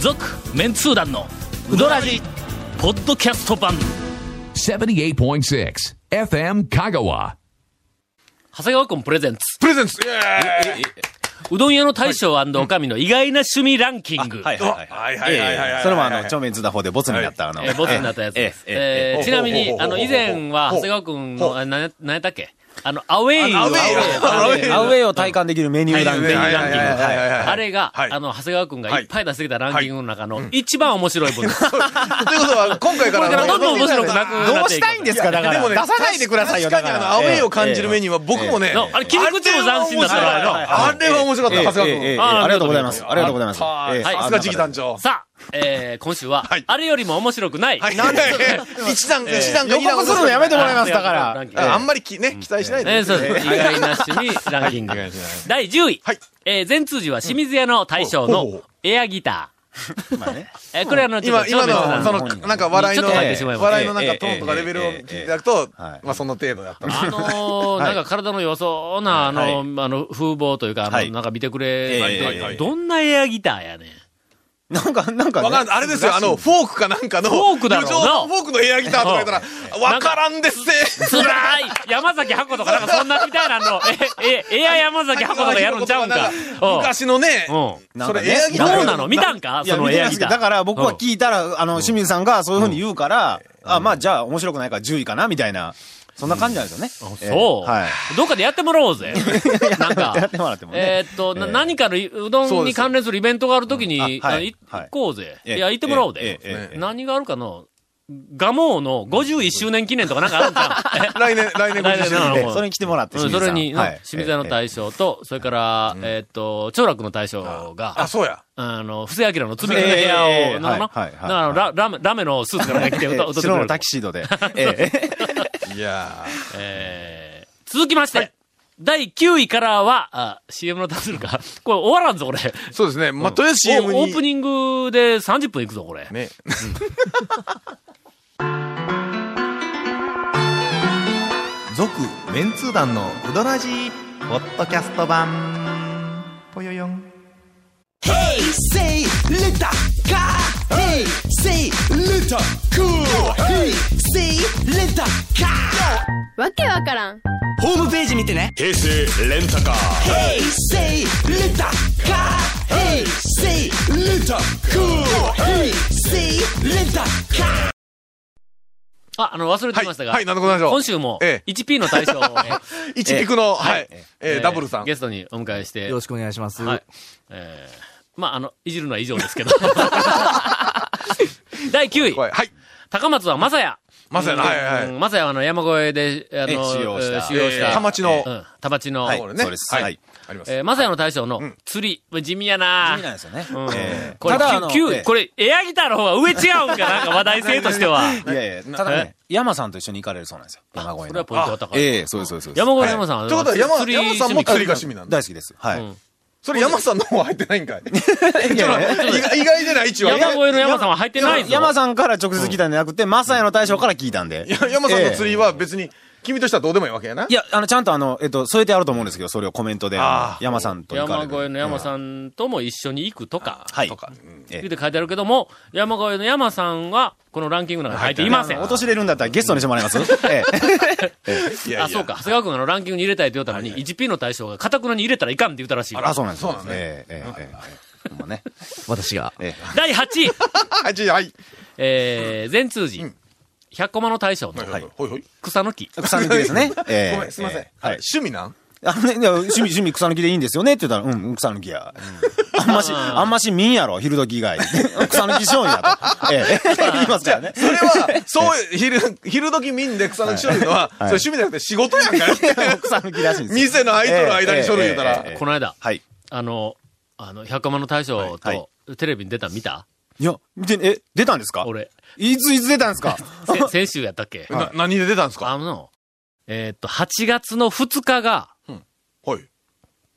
続メンツー団のウドラジポッドキャスト版78.6 FM Kagawa. 長谷川君プレゼンツプレゼンツイエーイうどん屋の大将おかみの意外な趣味ランキング、はいはいはい。あはいはいはいはいええそれもあの、超面津田方でボツになった、あの、えーボツになったやつです。えええーええちなみにほ、うあほの、うほうほう以前は、長谷川くんの、あな何やったっけあの、アウェイをあのアウェイをアウェイええアウェイを体感できるメニューランキング。はいはいはいはいはいあれが、はいあの、長谷川くんがいっぱい出してきたランキングの中の一番面白い分です。ということは、今回かこられからどんどん面白くなくどなっうていしくたいんですかだから。でもね出さないでくださいよ。確かにだあらの、アウェイを感じるメニューは僕もね、のあれ、切り口も斬新だったあれから。は面白かった、長えええええ谷え川あありがとうございます。あありがとうございます。ええ君。さすが次期団長。さあ、えー、今週は、はいあれよりも面白くない。なんで 一段、一段か予二段告するのやめてもらいます。だから。えああんまりきね、期待しないえでー。そうです。意外な趣味ランキング。第10位。はいえー、全通寺は清水屋の大将うんほうほのうエアギタまあねー。えー、これあの、ちょっ今、と超今別なの、その、なんか笑いの、ちょっと書いてしまいました笑いのなんかトーンとかレベルを聞いていただくと、はいまあその程度だった。あ のー、なんか体の良そうな、あの、はいあの、風貌というか、あの、はいなんか見てくれ、はいはいはいどんなエアギターやねん。なんか、なんかね。わかんないあれですよ、あの、フォークかなんかの、フォークだろうな友情のフォークのエアギターとか言ったら、わからんですせつらい 山崎箱とかなんかそんなみたいなの、え、え、エア山崎箱とかやるんちゃうんか。昔のね、うん。うん。なんそかねれエアギターどうなの見たんかいや、その見エてアまギすけター。ど、だから僕うはん聞いたら、あの、清水さんがそういうふうに言うから、あ、まあじゃあ面白くないから10位かな、みたいな。そんな感じなんですよね。あええそう、はい。どっかでやってもらおう ぜ。なんかやってもらってもねえーっと、なええ何かのうどんに関連するイベントがあるときに、うんあはいあいはい行こうぜ。ええいや、行ってもらおうええで。ええええ何があるかの、ガモーの51周年記念とかなんかあるんじ ゃんえ来年、来年50周年。なるえほどえそれに来てもらって、うん清水そされんに、はい清水屋の大将と、それから、えーっと、長楽の大将が、あ、そうや。あの、布施明の積み木の部屋えを、えなの、だはいはいはいからあのララメ、ラメのスーツから着て ええ歌歌ってく白れのるタキ。シードで。ええいやえー続きまして、第9位からは、あ、CM の出せるか。これ終わらんぞ、これ。そうですね、まあ、とりあえず CM に。おオープニングで30分いくぞ、これ。ね。続メンツー団のウドラジーポッドキャスト版ぽよよん Say little car. Hey, say little cool. Hey, say little car. わけわからんホームページ見てね。平成レンタカー。Hey, say little car. Hey, say little cool. Hey, say little car. あ、あの、忘れてましたが。はいはいなんでございましょう今週も、え 1P の大 将を、一陸の、はい。ええー、ーダブルさん。ゲストにお迎えしてよ、ろしくお願いします。はい。えー、まあ、あの、いじるのは以上ですけ ど。第9位。はい。はい。高松はまさや。まさやなはいはいはいうんまさやはあの山越えで、あの、え修行したえー修行した。田町のう、ん、田町の。はいこれね。そうですはい。あります。えーまさやの大将の釣り、地味やな意味ないですよね。うんええこれ、ただあのきゅきゅええこれ、エアギターの方が上違うんか、なんか話題性としては。 いやいや、ただね、山さんと一緒に行かれるそうなんですよ。山越えの。それはポイントが高い。ええそうです、そうです。そうです山越えの山さんは、ということは、山、山さんも釣り味。が趣味なんだ。大好きです。はい。うんそれ山さんの方入ってないん かい。いやいや意外意外でない、一応。山越えの山さんは入ってないぞ。山さんから直接聞いたんじゃなくて、マサヤの大将から聞いたんで。いや 山さんの釣り。りは別に、君としてはどうでもいいわけやな。いや、あの、ちゃんとあの、えっと、添えてあると思うんですけど、それをコメントで、あのあー山さんと行か山れる越えの山さんとも一緒に行くとか、はい。とか。うんええ言うて書いてあるけども、山越えの山さんは、このランキングの中に入っていません。落としれるんだったらゲストにしてもらい ますええ。ええいやいやあ、そうか。長谷川君あのランキングに入れたいって言ったのに、1P の対象が、かたくなに入れたらいかんって言ったらしいよ。あ、そうなんです。そうなんですねええ、ええ、ええ。ほんまね。私が。え 第8位はい、じゃあはい。えー、全通寺。百コマの大将のはい。ほいほい。草の木。え。草抜きですね。ええ。 ごめん、すいません。ええあれはい。趣味なんあのね、いや趣味、趣味草抜きでいいんですよねって言ったら、うん、うん草抜きや。あんまし、あんまし民やろ、昼時以外。草抜きしょんやと。ええ。言い ますからね。それは、そう、昼、昼時見んで草抜き書類のは、それ趣味じゃなくて仕事やんかよ。草抜きらしいんですよ。 店の空いとる間に書類言うたえええええらえ。この間、はい。あの、あの、百万の大将はいはとテレビに出たん見たいや、見て、え、出たんですか俺、いつ、いつ出たんですかせ先週やったっけな何で出たんですかあの、えーっと、8月の2日がはい。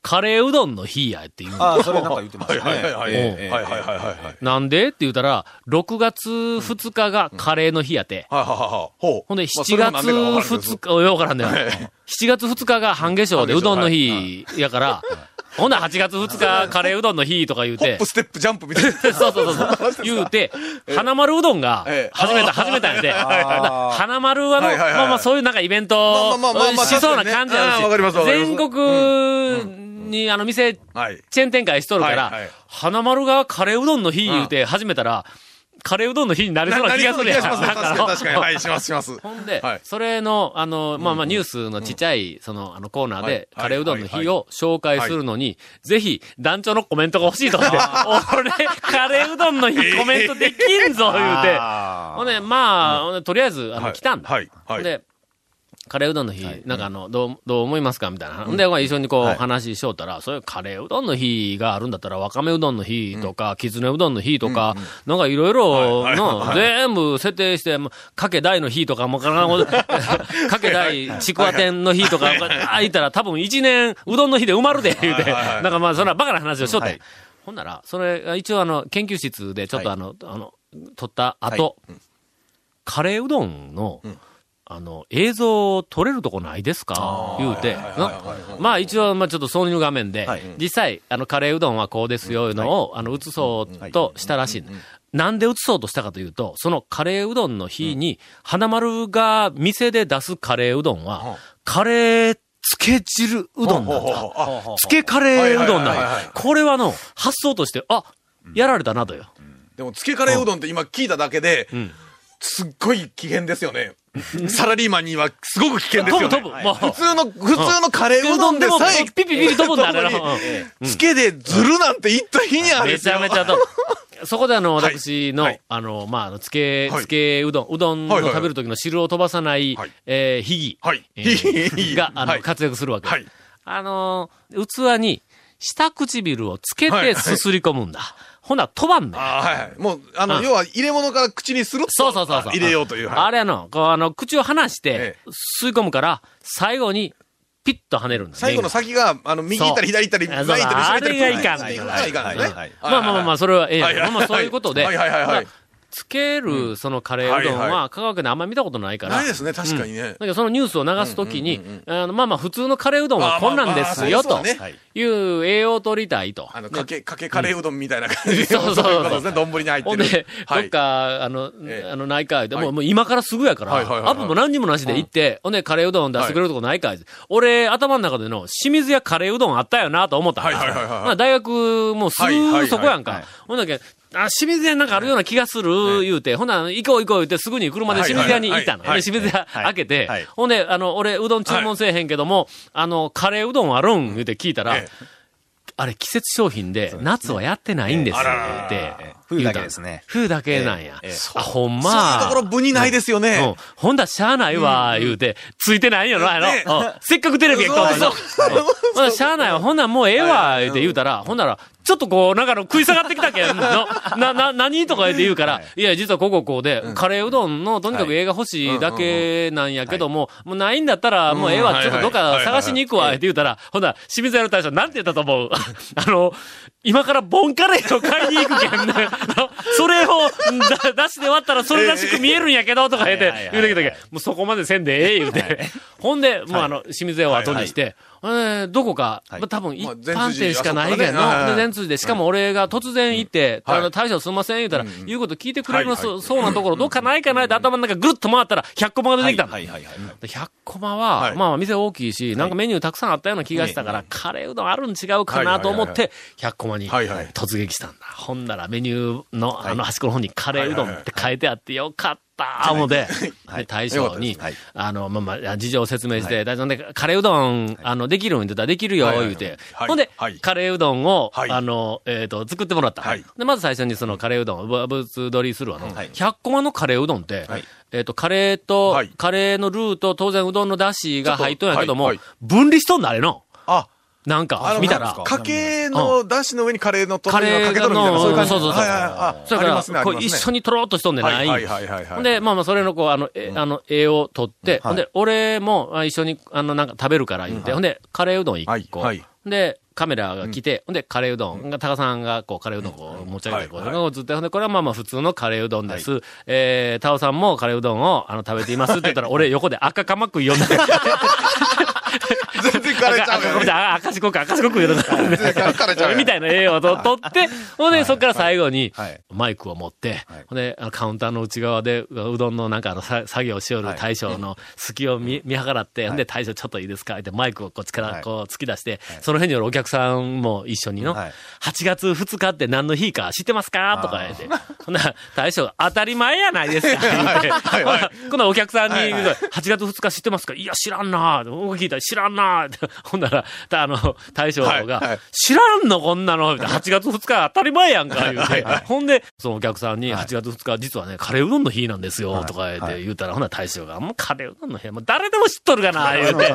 カレーうどんの日やっていうの ああ、それなんか言ってましたね。はいはいはいはいええはいはいはいはいはい。なんでって言ったら、6月2日がカレーの日やて。はいはいはいはい。ほう。ほんで、まあ7月2。日、ようわからんねん。7月2日が半化粧でうどんの日やから、ほんなら8月2日、カレーうどんの日とか言うホッてプ、、ステップ、ジャンプみたいな。 そうそうそうそう。言うて、花丸うどんがええ、始めた、始めたんやで。花丸はの、はいはいはいまあまあそういうなんかイベント、まあまあまあまあしそうな感じなんですよ。わかりますわかります全国に、あの、店、チはい。ェーン展開しとるから、はいはい花丸がカレーうどんの日言うて始めたら、カレーうどんの日になりそうな気がするやん。なりそうな気がします。確なかんに、確かに。あのはい、します、します。ほんで、はいそれの、あの、まあまあ、ニュースのちっちゃい、その、あの、コーナーはでい、カレーうどんのはい日を紹介するのに、ぜひ、団長のコメントが欲しいと思って、 俺、カレーうどんの日コメントできんぞ、言うて。ほんで、まあほんで、とりあえず、あの、はい来たんだ。はいはいほんで、カレーうどんの日、なんかあの、どう、どう思いますかみたいな。ほんで、まあ一緒にこう、話ししよったら、そういうカレーうどんの日があるんだったら、わかめうどんの日とか、きつねうどんの日とか、なんかいろいろ、の、全部設定して、もうかけ大の日とか、もうかな かけ大ちくわ店の日とか、あ、いたら多分一年、うどんの日で埋まるで、言うて、なんかまあ、そんなバカな話をしよったんや。ほんなら、それ、一応あの、研究室でちょっとあの、あの、撮った後、カレーうどんの、あの、映像撮れるとこないですか言うて、なまあ一応、まあちょっと挿入画面で、実際、あの、カレーうどんはこうですよ、いうのを、あの、映そうとしたらしい。なんで映そうとしたかというと、そのカレーうどんの日に、花丸が店で出すカレーうどんは、カレーつけ汁うどんなんだ。つけカレーうどんなんはいはいはいはだ。これはの、発想として、あ、やられたなとよ。でも、つけカレーうどんって今聞いただけで、すっごい危険ですよね。サラリーマンにはすごく危険ですよね。飛ぶ飛ぶもう普通の、普通のカレーうどんでもさえ、ピピピピ飛ぶんだ、あれの。うんつけでずるなんて言った日にあるめちゃめちゃと。そこであの、私の、はいあの、まああの、つけ、はいつけうどん、うどんのはいはい食べる時の汁を飛ばさない、はいえー、ひぎ。はいえひぎー、が、あの、はい活躍するわけ。はいあのー、器に、下唇をつけはいはていすすり込むんだ。ほな、飛ばんねああ、はいはい。もう、あの、うん要は入れ物から口にするっとそうそうそうそう。入れようという。あはいれやの、こう、あの、口を離してえ、吸い込むから、最後に、ピッと跳ねるんだ。最後の先が、あの、右行ったり左行ったり、そう前行ったり後ろ行ったり。あれがいかんっていうのがいかんですね。はいまあまあまあまあ、それはええやんはいはいはいまあまあ、そういうことで。はいはいはいはいまあつける、そのカレーうどんはいはは、香川県であんまり見たことないから。ないですね、確かにねだ。けど、そのニュースを流すときに、あのまあまあ、普通のカレーうどんはこんなんですよ、まあまあとまあそうですわねいう栄養を取りたいと。あの、かけ、かけカレーうどんみたいな感じで。そうそうそういことですね、丼に入ってる。ほんで、はどっい。か、あのえ、えあの、ないかいで、はいもうもう今からすぐやかはいはいはら、いはいアップも何にもなしで行って、ほんで、カレーうどん出してくれるとこないかいって俺、頭の中での、清水屋カレーうどんあったよなと思ったんだはいはいはいはいまあ大学、もうすはいはいはぐいそこやんはかい。ほんだけ、あ、清水屋なんかあるような気がする、言うて、ほんなら行こう行こう言うて、すぐに車で清水屋に行ったの。はいはいはでい清水屋い開けてはい、ほんで、あの、俺、うどん注文せえへんけども、あの、カレーうどんあるん言うて聞いたらええ、あれ季節商品で、夏はやってないんですよ、ええあらら言うらて。冬だけですね冬だけなんや。ええええあ、ほんま。そういうところ、無にないですよね。うん。ほんだらしゃあないわ、言うて、ついてないんやろ、あの、ねうんせっかくテレビやったのにな。うんほんだらしゃあないわ、ほんならもうええわ、言うて言うたら、ほんなら、ちょっとこう、なんかの食い下がってきたけん、のな、な、何とか言って言うから、いや、実はこうこうこうで、カレーうどんの、とにかくは映画欲しいだけなんやけども、もうないんだったら、もうええうんわ、はいちょっとどっはいかはい探しに行くわ、って言うたら、ほんなら、清水屋の大将、なんて言ったと思う あの、今からボンカレーを買いに行くけんね、 のそれをだ出して割ったら、それらしく見えるんやけど、とか言うて、はいはいはい言うてきたけどもうそこまでせんでええ、言うて。ほんで、もうあの、清水屋を後にして、えーどこか、まあ多分一まあ般店しかない前け通ど、寺あそこからねで全通寺で、しかも俺が突然行って、はいあの、大将すんません言うたら、言うこと聞いてくれるの、はいはいそそうなところ、どっかないかないで頭の中ぐるっと回ったら、100コマが出てきたの。はいはいはいはい。で100コマは、はいまあまあ店大きいし、なんかメニューたくさんあったような気がしたから、カレーうどんあるん違うかなと思って、100コマにはいはい突撃したんだ。ほんならメニューのあの端っこの方にカレーうどんって書いてあってよかった、思て、で大将に、あの、まあまあ、事情を説明して、大将ね、カレーうどん、あの、できるん言ってたらできるよ、はいはい言はういて。はいほんではい、カレーうどんを、はいあの、えっと、作ってもらった。はいで、まず最初にそのカレーうどんをぶぶつ取りするわの。はい100コマのカレーうどんって、えっと、カレーと、はいカレーのルーと当然うどんの出汁が入っとんやけども、はいはい分離しとんだ、あれの。あ、なんあかの、、見たならんか。かけの、だしの上にカレーのトッピングがかけとるみたカレーいな、のそういう感じ。そうそうそうはいはいあ、それあかりら、ますね、ありこまうすね。一緒にとろっとしとんでない。はいはいはいはいはいほんで、まあまあ、それのこう、あの、え、あの、絵を取って、ほんで、俺もあ一緒に、あの、なんか食べべるから言って、ほんで、カレーうどん1個。はいはいほんで、カメラが来て、ほんで、カレーうどんが、タカさんが、こう、カレーうどんをこう持ち上げて、こう、はいはいこうずっと、ほんで、これはまあまあ普通のカレーうどんです。えー、タオさんもカレーうどんを、あの、食べていますって言ったら、俺横で赤かまくい呼んで、全然れちゃう赤よくねてあ赤しこく、赤しこく言うとったんで全然疲れちゃうやんみたいな絵をと撮って、ほんで、そっから最後にはい、マイクを持ってはい、ほんで、あのカウンターの内側で、うどんのなんかあの、さ作業しよる大将の隙を見見計らって、ほんで、大将ちょっといいですかってマイクをこっちかはらいこう突き出して、その辺におるお客さんも一緒にの、はい8月2日って何の日か知ってますかとか言って。ほんなら大将、当たり前やないですか。言うてはいは いこのお客さんに、8月2日知ってますかいや、知らんなぁ僕聞いたら知らんなぁってほんなら、たあの、大将が、はいはい知らんのこんなのみ たいな !8 月2日当たり前やんか言うて。ほんで、そのお客さんに、8月2日、実はね、カレーうどんの日なんですよ、とか言って言うたら、ほんなら大将が、もうカレーうどんの日やもう誰でも知っとるかな、言う て。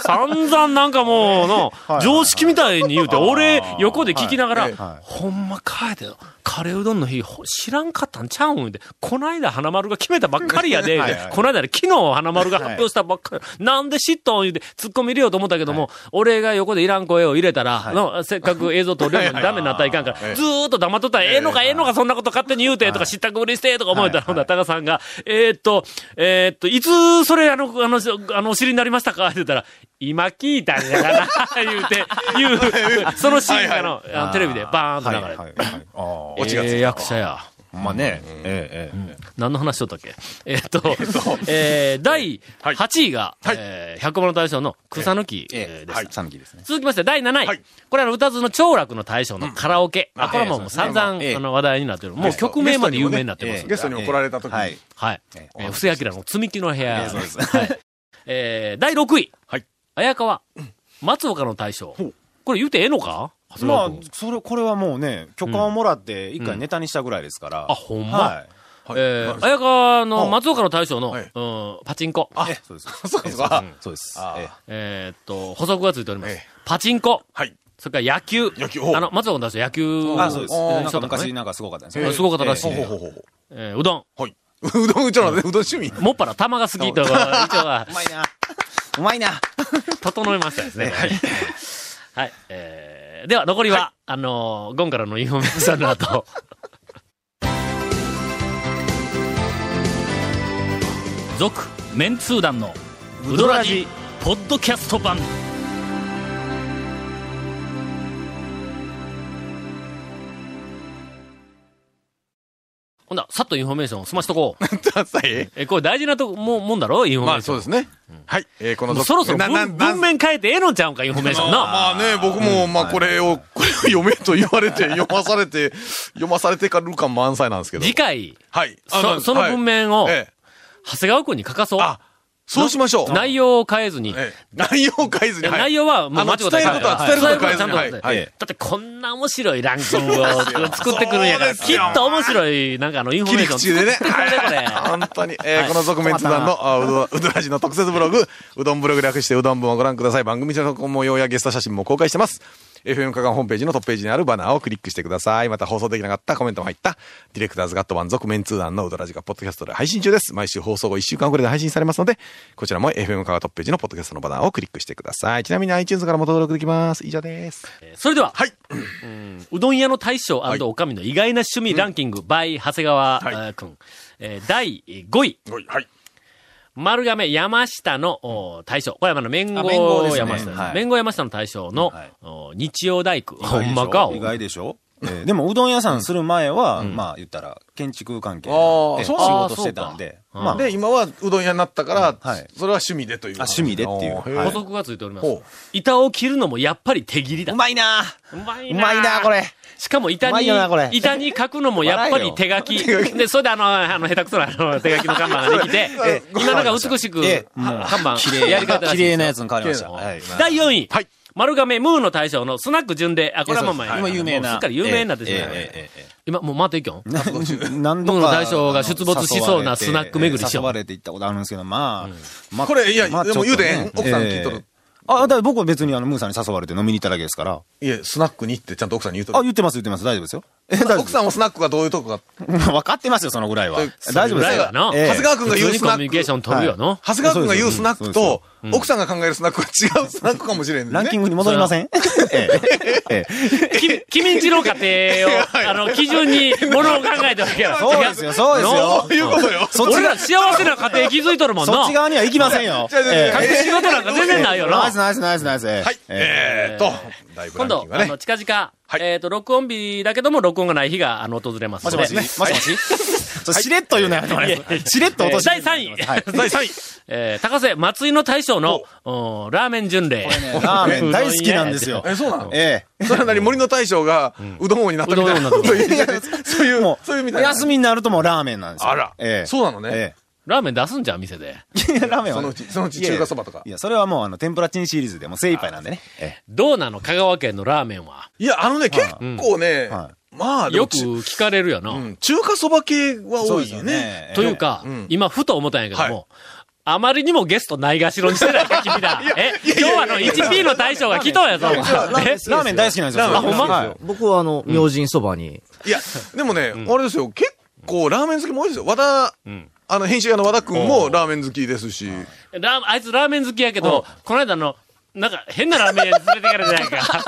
散々なんかもうの、常識みたいに言うて、俺、横で聞きながら、ほんまかえて、カレーうどんの日、ほ知らんかったんちゃうんって、こないだ花丸が決めたばっかり やで、言うてこないだね昨日花丸が発表したばっかり、なんで知っとん言うて、突っ込み入れようと思ったけども、俺が横でいらん声を入れたら、のせっかく映像撮れるのにダメになったらいかんから、ずーっと黙っとったら、ええのかええのかそんなこと勝手に言うて、とか、知ったくぶりして、とか思えたら、ほんならタカさんが、えーっと、えーっと、いつ、それ、あの、あの、あの、お知りになりましたかって言ったら、今聞いたんやから、 言うて、言う、そのシーンがあの、あのテレビでバーンと流れて。はいはいはいあオチがつえいたえ役者や。あ。まあね。ええ、ええ。何の話しとったっけえーっと、えー第8位が、えー、100番の大将の草抜きえーです。さぬきですね。続きまして、第7位。はいこれは歌津の長楽の大将のカラオケ。あ、これはもうもう散々、ええあの話題になってる。もう曲名まで有名になってます。ゲストに怒られた時に。はい。はい。ええー、布施明の積み木の部屋。ええそうですはい。えー、第6位。はい綾川。松岡の大将。これ言うてええのかまあ長谷川君、それ、これはもうね、許可をもらって、一回ネタにしたぐらいですから。あ、ほんま、はい。はいえなー、る綾川の松岡の大将の、はいうん、パチンコ。あ、そうです。そうですかそうです。あええーえっと、補足がついております。ええパチンコ。はい。それから野球。野球おうあの、松岡の大将野球。あ、そうです。なそうだんかね昔なんかすごかったですええすごかったらしいえねえほうほうほうほう。えーうどん。はい。 うどん、うちらのねうどん趣味。 もっぱら玉が好きとか、一応はうまいな。うまいな。整えましたですね。 はい。はい。えー、では、残りは、あのーゴンからのインフォメーションの後。 続、メンツー団の、ウドラジ、ポッドキャスト版。ほんだ、さっとインフォメーションを済ましとこう。え、これ大事なとこ、も、もんだろインフォメまーあションそう。ですね。はい。えーこのもう続そろそろなな文文面変えてええのちゃうんか、インフォメーションな。まあね、僕も、まあこれを、これを読めと言われて、読まされて、読まされてかる感満載なんですけど。次回、はい。あそその文面を、はいええ長谷川君に書かそう。あ、そうしましょう。内容を変えずに。ええ内容を変えずに。はい内容は、もうあの間違って伝えることは、伝えることは変えちずゃんに。と、は。はいいだはいってこんな面白いランキングを作ってくるんやから、そうきですっよと面白い、なんかあの、インフォメー切りション口 でね。作ってくれるねこれ。本当に。えーこの続面談の、あうどんうどらじの特設ブログ、うどんブログ略してうどん文をご覧ください。番組の模様やゲスト写真も公開してます。FM 加賀ホームページのトップページにあるバナーをクリックしてください。また放送できなかったコメントも入った、ディレクターズガット版続面通談のうどらじがポッドキャストで配信中です。毎週放送後1週間遅れで配信されますので、こちらも FM 加賀トップページのポッドキャストのバナーをクリックしてください。ちなみに iTunes からも登録できます。以上です。 それでは、はい。うどん屋の大将はいおかみの意外な趣味ランキング by 長谷川はいあー君。えー第5位。はい。丸亀山下のお大将。これはあの、面あ麺号後ですね山下ですはい面後山下の大将の、はいお日曜大工。ほんまか。意外でしょええでも、うどん屋さんする前は、まあ、言ったら、建築関係あーのええ仕そう事してたんで、まあ、で、今はうどん屋になったから、はいそれは趣味でという。あ趣味でっていうおーは補い足がついておりまほす。板を切るのもやっぱり手切りだ。うまいなうまいうまいなこ。れ。しかも板うまいによなこれ、板に書くのもやっぱり手書き。で、それであの、あの、下手くそなあ の手書きの看板ができて、え今なんか美しく、ええは看板、綺麗やり方らし綺いです麗なやつに変わりました。はい。第4位。はい丸亀ムーの大将のスナック純で、あ、これはもう前。今有名な。もうすっかり有名になってしまえう。えええええ今、もう待っていきょん。 何度度かか大将が出没しそうなスナック巡りしよう誘われて行ったことあるんですけど、まあ。まあこれいやでも言うてへん奥さん聞いと。ちるょっとねええあ、だから僕は別にあの、ムーさんに誘われて飲みに行っただけですから。いえ、スナックに行ってちゃんと奥さんに言うとあ、る。言ってます言ってます。大丈夫ですよ。え大丈夫奥さんもスナックがどういうとこか。 分かってますよ、そのぐらいはそういう。大丈夫ぐでらすいよは。な。ええ長谷川君が言う普通にスコナミュニッケーシク。ョン取るよの。長谷川君が言うスナックそうと、奥さんが考えるスナックは違うスナックかもしれんね。ランキングに戻りません ええ。ええ。き君んちの家庭を、あの、基準に物を考えてるわけや。そうですよ、そうですよ。そういうことよ。そっち俺がら幸せな家庭気づいとるもんそなっち。側には行きませんよ。違う違う違うええ隠し事なんか全然ないよナなイス。ナイスナイスナイス。ははい。えーと、だいぶ今ランキ度ン、グあがねの、。近々、はいえっ、と、録音日だけども、録音がない日が、あの、訪れますので。もしもしもしもし しれっと言うのやめてもらえますしれっと落とし。第3位。はい。第3位。えー、高瀬松井の大将の、うんラーメン巡礼。ラーメ ン大好きなんですよ。え、そうなのえそれは何森の大将が、うどん王になったみたいなうどん王になったこと言ってたねそういえ。う、もそういうみう、たいな。休みになるともうラーメンなんですよ。あらええ。そうなのねえラーメン出すんじゃん、店で。え。いやラーメンは。そのうち、そのうち中華そばとかい。や、それはもう、あの、天ぷらチンシリーズでもう精一杯なんでね。えどうなの香川県のラーメンは。 いや、あのね、結構ねは、まあ、でもよく聞かれるよな。うん中華そば系はえ。多いよね。。ええという、か、ん今、ふと思ったんやけども、あまりにもゲストないがしろにしてないか、君 ら。え、今日はあの、1P の大将が来とうやぞ、お前えラーメン大好きなラーメンんですよ。それあほんまはい僕はあの、明神そばに、いや、でもね、あれですよ、結構ラーメン好きも多いですよ。和田、あの、編集屋の和田くんもラーメン好きですし。ラーあいつラーメン好きやけど、この間あの、なんか変なラーメン屋に連れてかれたやん か。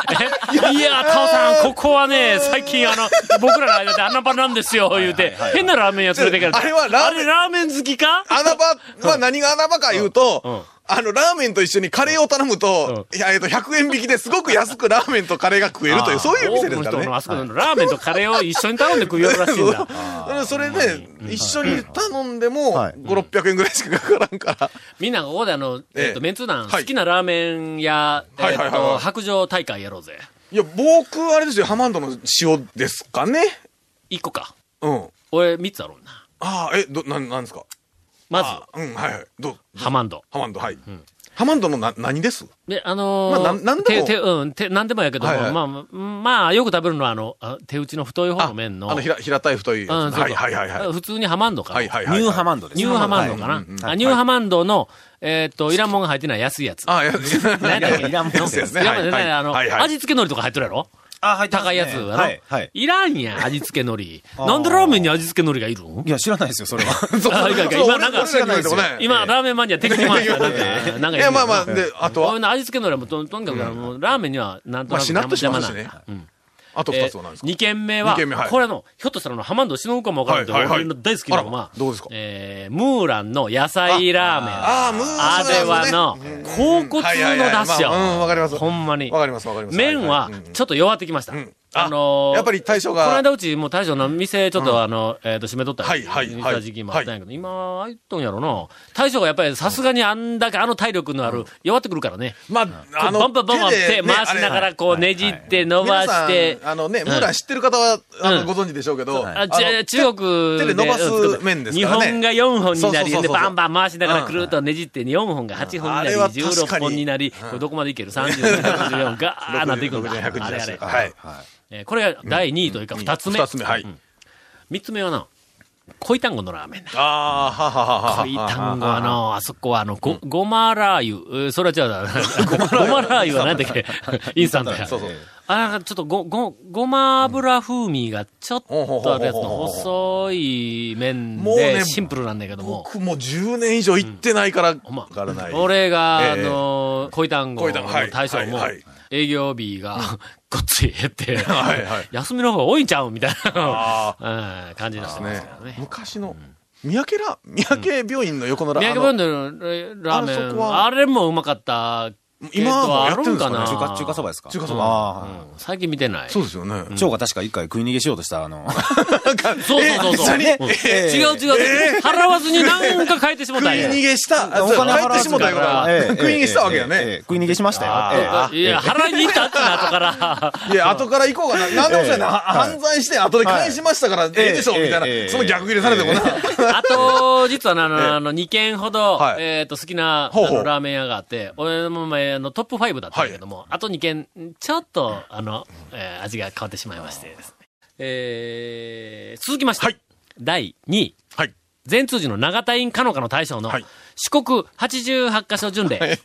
えいやー、タオさん、ここはね、最近あの、僕らの間で穴場なんですよ、言うて、変なラーメン屋連れてかれた。あれはラーメンあれラーメン好きか穴場は何が穴場か言ううんと、あの、ラーメンと一緒にカレーを頼むと、いやえっと、100円引きですごく安くラーメンとカレーが食えるという、そういう店ですか多くの人らねの。あそこのラーメンとカレーを一緒に頼んで食いよるらしいんだ。うん それね、一緒に頼んでも、はい5、600円ぐらいしかかからんから。みんなここであの、えええっと、メンツ団、は好いきなラーメン屋、はえいはいっはいはと、い白状大会やろうぜ。いや、僕、あれですよ、ハマンドの塩ですかね。一個か。うん。俺、三つあるんな。ああ、え、ど、なん、なんですかまあうん、はいはい。どうず、ハマンド。ハマンド、はい。ハマンドのな、何ですで、あのー、まあなんなんでも手、手、うん、手、なんでもやけども、はいはいまあ、うんまあ、よく食べるのは、あの、あ手打ちの太い方の麺の。あの、ひら、平たい太いやつ。うん、そうはそいうはいはいはい。普通にハマンドかな。はいはいはい。ニューハマンドです。ニューハマンドかな。あニューハマンドの、えーっと、いらんもんが入ってない安いやつ。あ、いや、何やったっけいらんもん安いやつね。いらんはもんねいはいあの、はいはい。味付け海苔とか入ってるやろあ、入ってます高ねいやつやろ、はい。はい。いらんやん、味付け海苔。なんでラーメンに味付け海苔がいるんいや、知らないですよ、それは。あいかんいかん そう今なんか俺らに言われてもね今、ラーメンマニア、敵に回した。なんかなんかいや、まあまあ、で、あとこういはう、の味付け海苔もと、とにかく、もうラーメンには、なんとなまあ、くしなっとし邪魔まなすいしね。あと二つは何ですか2軒目は二軒目は、いこれの、ひょっとしたらあの、ハマンドしのぶかもわからんけど、はいはいはい俺の大好きなのあはら、どうですかえー、ムーランの野菜ラーメン。ああ、ムーあスれはの、甲骨のはいはいはい出汁よまあうんわかりますほんまに。わかりますわかります麺ははいはいうん、ちょっと弱ってきました。ああのーやっぱり大将がこの間うち、もう大将の店、ちょっとあの、えっと、閉めとったはいはいはい見た時期もあったんやけど、今、あいっとんやろな。大将がやっぱりさすがにあんだけあの体力のある、弱ってくるからね。まあ、バあンの、バンバンバン手でね回しながあら、れこう、ねじって、伸ばして皆。さんあのね、ムーラン知ってる方は、あうんの、ご存知でしょうけど、あちあの中国手で伸ばす麺ですからね日本が4本になそうそうそうそり、うで、バンバン回しながらくるっとねじって、4本が8本になあり、れは確16かに本になり、これどこまでいける ?30、64、ガ ーッなっていくんだ。 60 100あれあ出しれて。はい。えーこれが第2位というか、2つ目。二つ目、はい。 3つ目はな、恋単語のラーメンだ。ああ、はははは。恋単語はな、あそこはあの、ご、ごまラー油。えーそれは違う だ。ごまラー油は何だっけインスタントや。そうそう。あ、なんかちょっとご、ご、ごま油風味がちょっとあるやつのうん細い麺もうねでシンプルなんだけども。僕もう10年以上行ってないから、わほんまからない。俺が、あええの、恋単語恋の単語はい大将もはいはい、営業日が ごっつい減って はいはい、休みの方が多いんちゃうみたいなあ うん感じになってますねからね。昔の、三宅ら、三宅病院の横のラ宮あ城ブのンドルのラーメあれそン、こあはれもうまかった。今もやってるんですかねあ中ー華、中華そばですか中華そばば。うん最近見てない。そそううですよね。蝶が確か一回食い逃げしようとした、あの、そうそうそう。うん違う違う違う。払わずに何か変えてしもた食んいや。逃げした、あおそう金帰っ払てわしずもただよかならええ食い逃げしたわけよええええね。食い逃げしましたよ。あいや、払いに行ったってな、後から。 いや、後から行こうかな。なんでもそうやな。犯罪して、後で返しましたから、ええでしょ、ええみたええいええな。その逆切れされてもな。あと、実はなあの、あの、2軒ほど、はいえっと、好きな、ほうあほうの、ラーメン屋があって、俺も前、あの、トップ5だったんだけども、あと2軒、ちょっと、あの、えー味が変わってしまいましてですね。えー続きまして、はい第2位。はい全通寺の長田院かのかの大将の、はい四国88箇所巡礼。あれ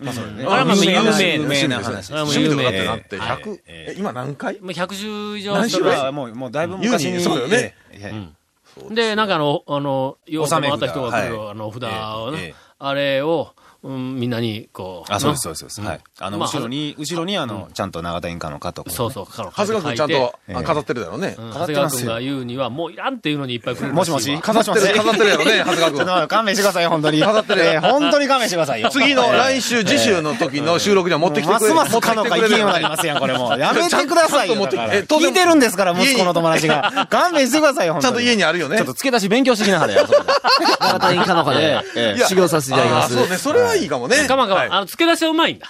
はまもあう有名な有名有名な。な話。あもう趣味有とかだ名ってなって、ええ100、え今何回もう110以上何そ種れ類はもう、もうだいぶ昔優に。にそうだよねええ。で、なんかあの、あの、よう納めあっ札た人が来る、はいあの、札をなええええあれを、うん、みんなに、こう。あ、そうです、そなうですそうです。はい。あの、まあ後ろに、後ろに、あの、ちゃんと長田演歌の加藤 君。そうそう、かの長谷川君ちゃん書いてとあ飾ってるだろうね。うん長飾谷って川ますよ君が言うには、もういらんっていうのにいっぱい来るらもししいわもし飾ってる、飾ってるだろうね、長谷ちょっ川と勘弁してくださいよ、本当に。飾ってる。ええ、本当に勘弁してくださいよ。君。次の来週、次週の時の収録には持ってきてまくれする。ます持ってかきのてかく意れる見はありますやん、これもう。やめてくださいちゃんとよ。持ってだえから当然聞いてるんですから、息子の友達が。 勘弁してくださいよ、本ち当ゃにんと家にあるよね。ちょっと付け出し勉強してきなはれよ。それで長田院かのかでええ修行させていただきまあーそうす。ね、それはいいかもね。かまかま、はいあの、付け出しはうまいんだ。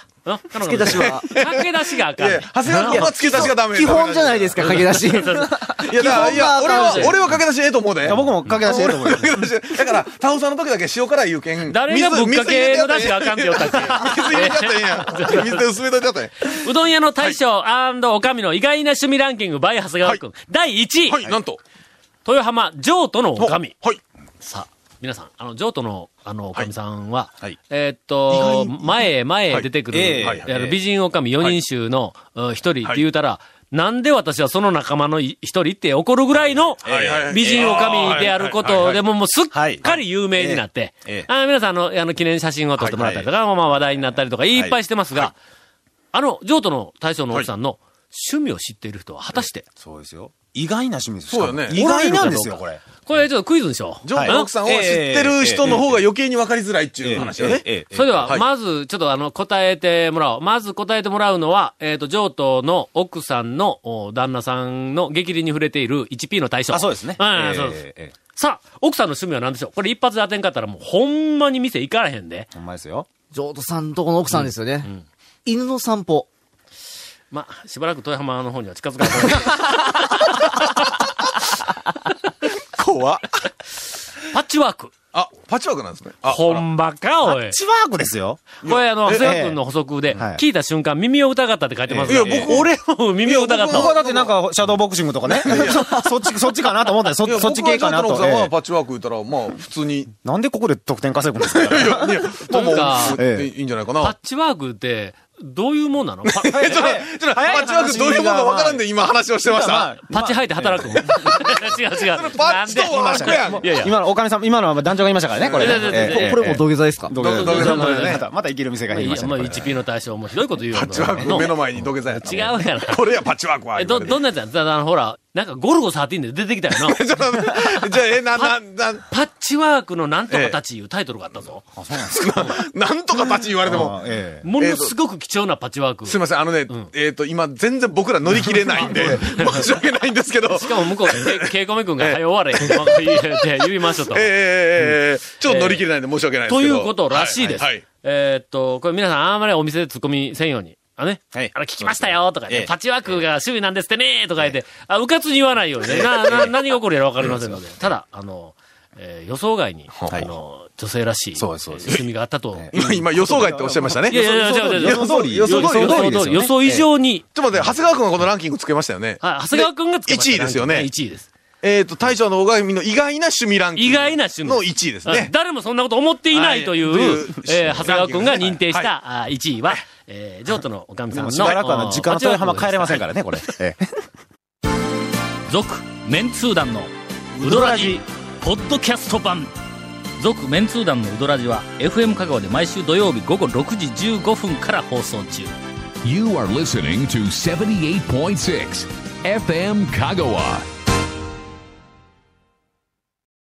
付け出しは。駆け出しがあかんいねやん。長谷川君は付け出しがダメ。基本じゃないでですか、駆け出し。す。いや、だからいや、基本俺がはダメ、俺は駆け出しええと思うで。僕も駆け出してええと思うよ。駆け出しだから、タオさんの時だけ塩辛い言うけん。誰がぶっかけの出しがあかんって言ったっ水入れちゃったんや。 水で薄めといちゃったんや。けうどん屋の大将おかみの意外な趣味ランキング by 長谷川君。第1位、はい、なんと。豊浜譲渡のおかみ。はい。さあ、皆さん、あの、譲渡の、あの、おかみさんは、はいえーっと、前へ前へ出てくる、はいええあのええ美人おかみ4人衆のうん一人って言うたら、なんで私はその仲間の一人って怒るぐらいのはいはい美人おかみであるこはいはいはといでもうもうすっはいかり有名になってええええ、あ皆さんあの、あの記念写真を撮ってもらったりとか、まあ話題になったりとかいっぱいしてますが、あの、譲渡の大将の奥さんの趣味を知っている人は果たして、そうですよ。意外な趣味ですそうだねしかも意外なんですよ、これ。これちょっとクイズにしよう。ジョンと奥さんを知ってる人の方が余計に分かりづらいっていう話だね。ええそれでは、はいまず、ちょっとあの、答えてもらおう。まず答えてもらうのは、えっ、と、上等の奥さんのお旦那さんの激励に触れている 1P の対象。あ、そうですね。うん、ええそうです。ええさあ、奥さんの趣味は何でしょうこれ一発で当てんかったらもう、ほんまに店行かれへんで。ほんまですよ。譲渡さんとこの奥さんですよね。犬の散歩。まあ、しばらく豊浜の方には近づか ない。怖っパッチワーク。あ、パッチワークなんですね。あ、ほんまか、おい。チワークですよ。これあの、え長谷川君の補足で、はい聞いた瞬間、耳を疑ったって書いてますいや、よ。僕、俺、俺も 耳を疑っいやた僕わは。だってなんか、シャドーボクシングとかね。そっち、そっちかなと思ったよ。そいやそっち系かな僕とはジョンとの奥さんえはえパッチワーク言ったら、まあ、普通に。いなんでここで得点稼ぐんですかや、いや、まあまあ、ええいいんじゃないかパッな。チワークって、どういうもんな のパえ、ちょっと、ちょっと、パ早い話ッチワークどういうものか分からんで今話をしてましまあた。パチ吐いて働く。違う 違う。パッチとワークやん。いやいや。今の、おかみさん、今のは団長がいましたからね、これ。いやいやいやいやええこれもう土下座ですか土下座土下座ま土下座た、また生きる店が減りましたねまあ、これ 1P の対象もひどいこと言うよ。パッチワーク目の前に土下座やった。違うやろ。これや、パッチワークは。え、ど、どんなやつやんだだほら、なんかゴルゴ13で出てきた よな。ちょっとじゃあ、え、な、な、な、パッチワークのなんとかたちいうタイトルがあったぞ。なんとかパッチ言われてあもあ。ええものすごく貴重なパッチワーク。すいません、あのね、えっと、今、全然僕ら乗り切れないんで、 申し訳ないんですけ ど。しかも向こう、 けケイコメ君が早終われ、って言いましたと。ええええええちょっと乗り切れないんで申し訳ないですとけいど。うことらしいです。はい。えーっと、これ皆さんあんまりお店で突っ込みせんように。あね。はいあれ聞きましたよとか、ねええパッチワークが趣味なんですってねとか言って、あ、うかつに言わないようにね。な、な、何が起こるやらわかりませんので。ただ、あの、えー予想外に、はいあの、女性らしい、そうですそうです趣味があったと。え今、今、予想外っておっしゃいましたね。いやいやいや、違う違う違う予想通り予想予想通通りですよりね予想以上に、ちょっと待って、長谷川君がこのランキングつけましたよね。はい、長谷川くんがつけました1位ですよね1位です。えっと、大将の小神の意外な趣味ランキン 意グ。外な趣味。の1位ですあね。誰もそんなこと思っていないという、はいというえー長谷川くんがランキングですね認定した、あ1位は、えー、譲渡のおかみさんもの。うしばらくあの、時間の豊浜帰れませんら。からね、これ。ええ続、メンツー団の、ウドラジ、ポッドキャスト版。続、メンツー団のウドラジは、FM 香川で毎週土曜日午後6時15分から放送中。 You are listening to 78.6 FM Kagawa.